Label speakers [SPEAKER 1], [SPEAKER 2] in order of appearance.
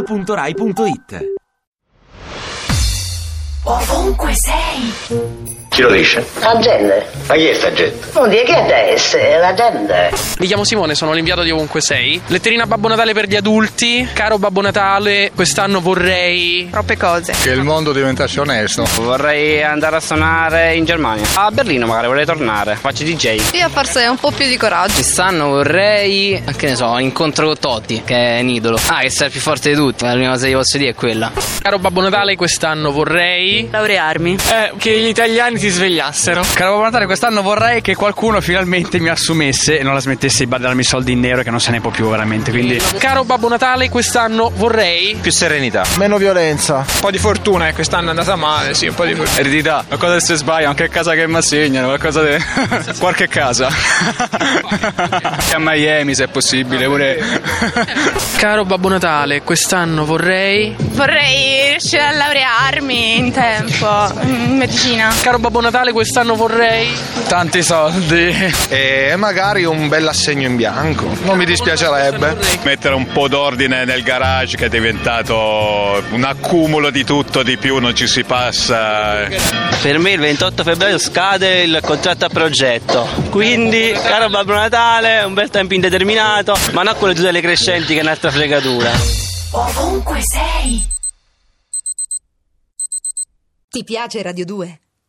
[SPEAKER 1] radio2pod.rai.it
[SPEAKER 2] Ovunque sei,
[SPEAKER 3] Chi lo dice?
[SPEAKER 4] Agende.
[SPEAKER 3] Ma chi è sta gente?
[SPEAKER 4] Non dire che adesso è l'agenda.
[SPEAKER 5] Mi chiamo Simone, sono l'inviato di ovunque sei. Letterina a Babbo Natale per gli adulti. Caro Babbo Natale, quest'anno vorrei.
[SPEAKER 6] Troppe cose.
[SPEAKER 7] Che il mondo diventasse onesto.
[SPEAKER 8] Vorrei andare a suonare in Germania. A Berlino magari vorrei tornare. Faccio DJ.
[SPEAKER 6] Io forse un po' più di coraggio.
[SPEAKER 8] Quest'anno vorrei, che ne so, incontro con Totti, che è un idolo. Ah, che sei il più forte di tutti. La prima cosa che gli posso dire è quella.
[SPEAKER 5] Caro Babbo Natale, quest'anno vorrei.
[SPEAKER 6] Laurearmi.
[SPEAKER 5] Eh, che gli italiani si svegliassero.
[SPEAKER 8] Caro Babbo Natale, quest'anno vorrei che qualcuno finalmente mi assumesse e non la smettesse di darmi soldi in nero che non se ne può più veramente. Quindi.
[SPEAKER 5] Caro Babbo Natale, quest'anno vorrei.
[SPEAKER 3] Più serenità.
[SPEAKER 7] Meno violenza.
[SPEAKER 9] Un po' di fortuna, eh, quest'anno è andata male, sì, un po' di fortuna.
[SPEAKER 8] Eredità, qualcosa che se sbaglio, anche casa che mi assegnano, qualcosa di. qualche casa. a Miami se è possibile, pure.
[SPEAKER 5] Caro Babbo Natale, quest'anno vorrei.
[SPEAKER 6] Vorrei riuscire a laurearmi in tempo in medicina.
[SPEAKER 5] Caro Babbo Natale, quest'anno vorrei.
[SPEAKER 8] Tanti soldi.
[SPEAKER 7] E magari un bel assegno in bianco. Non mi dispiacerebbe.
[SPEAKER 10] Mettere un po' d'ordine nel garage che è diventato un accumulo di tutto, di più, non ci si passa.
[SPEAKER 8] Per me il 28 febbraio scade il contratto a progetto. Quindi, caro Babbo Natale, un bel tempo indeterminato, ma non quello di tutte le crescenti che è un'altra fregatura.
[SPEAKER 2] ovunque sei.
[SPEAKER 11] Ti piace Radio 2?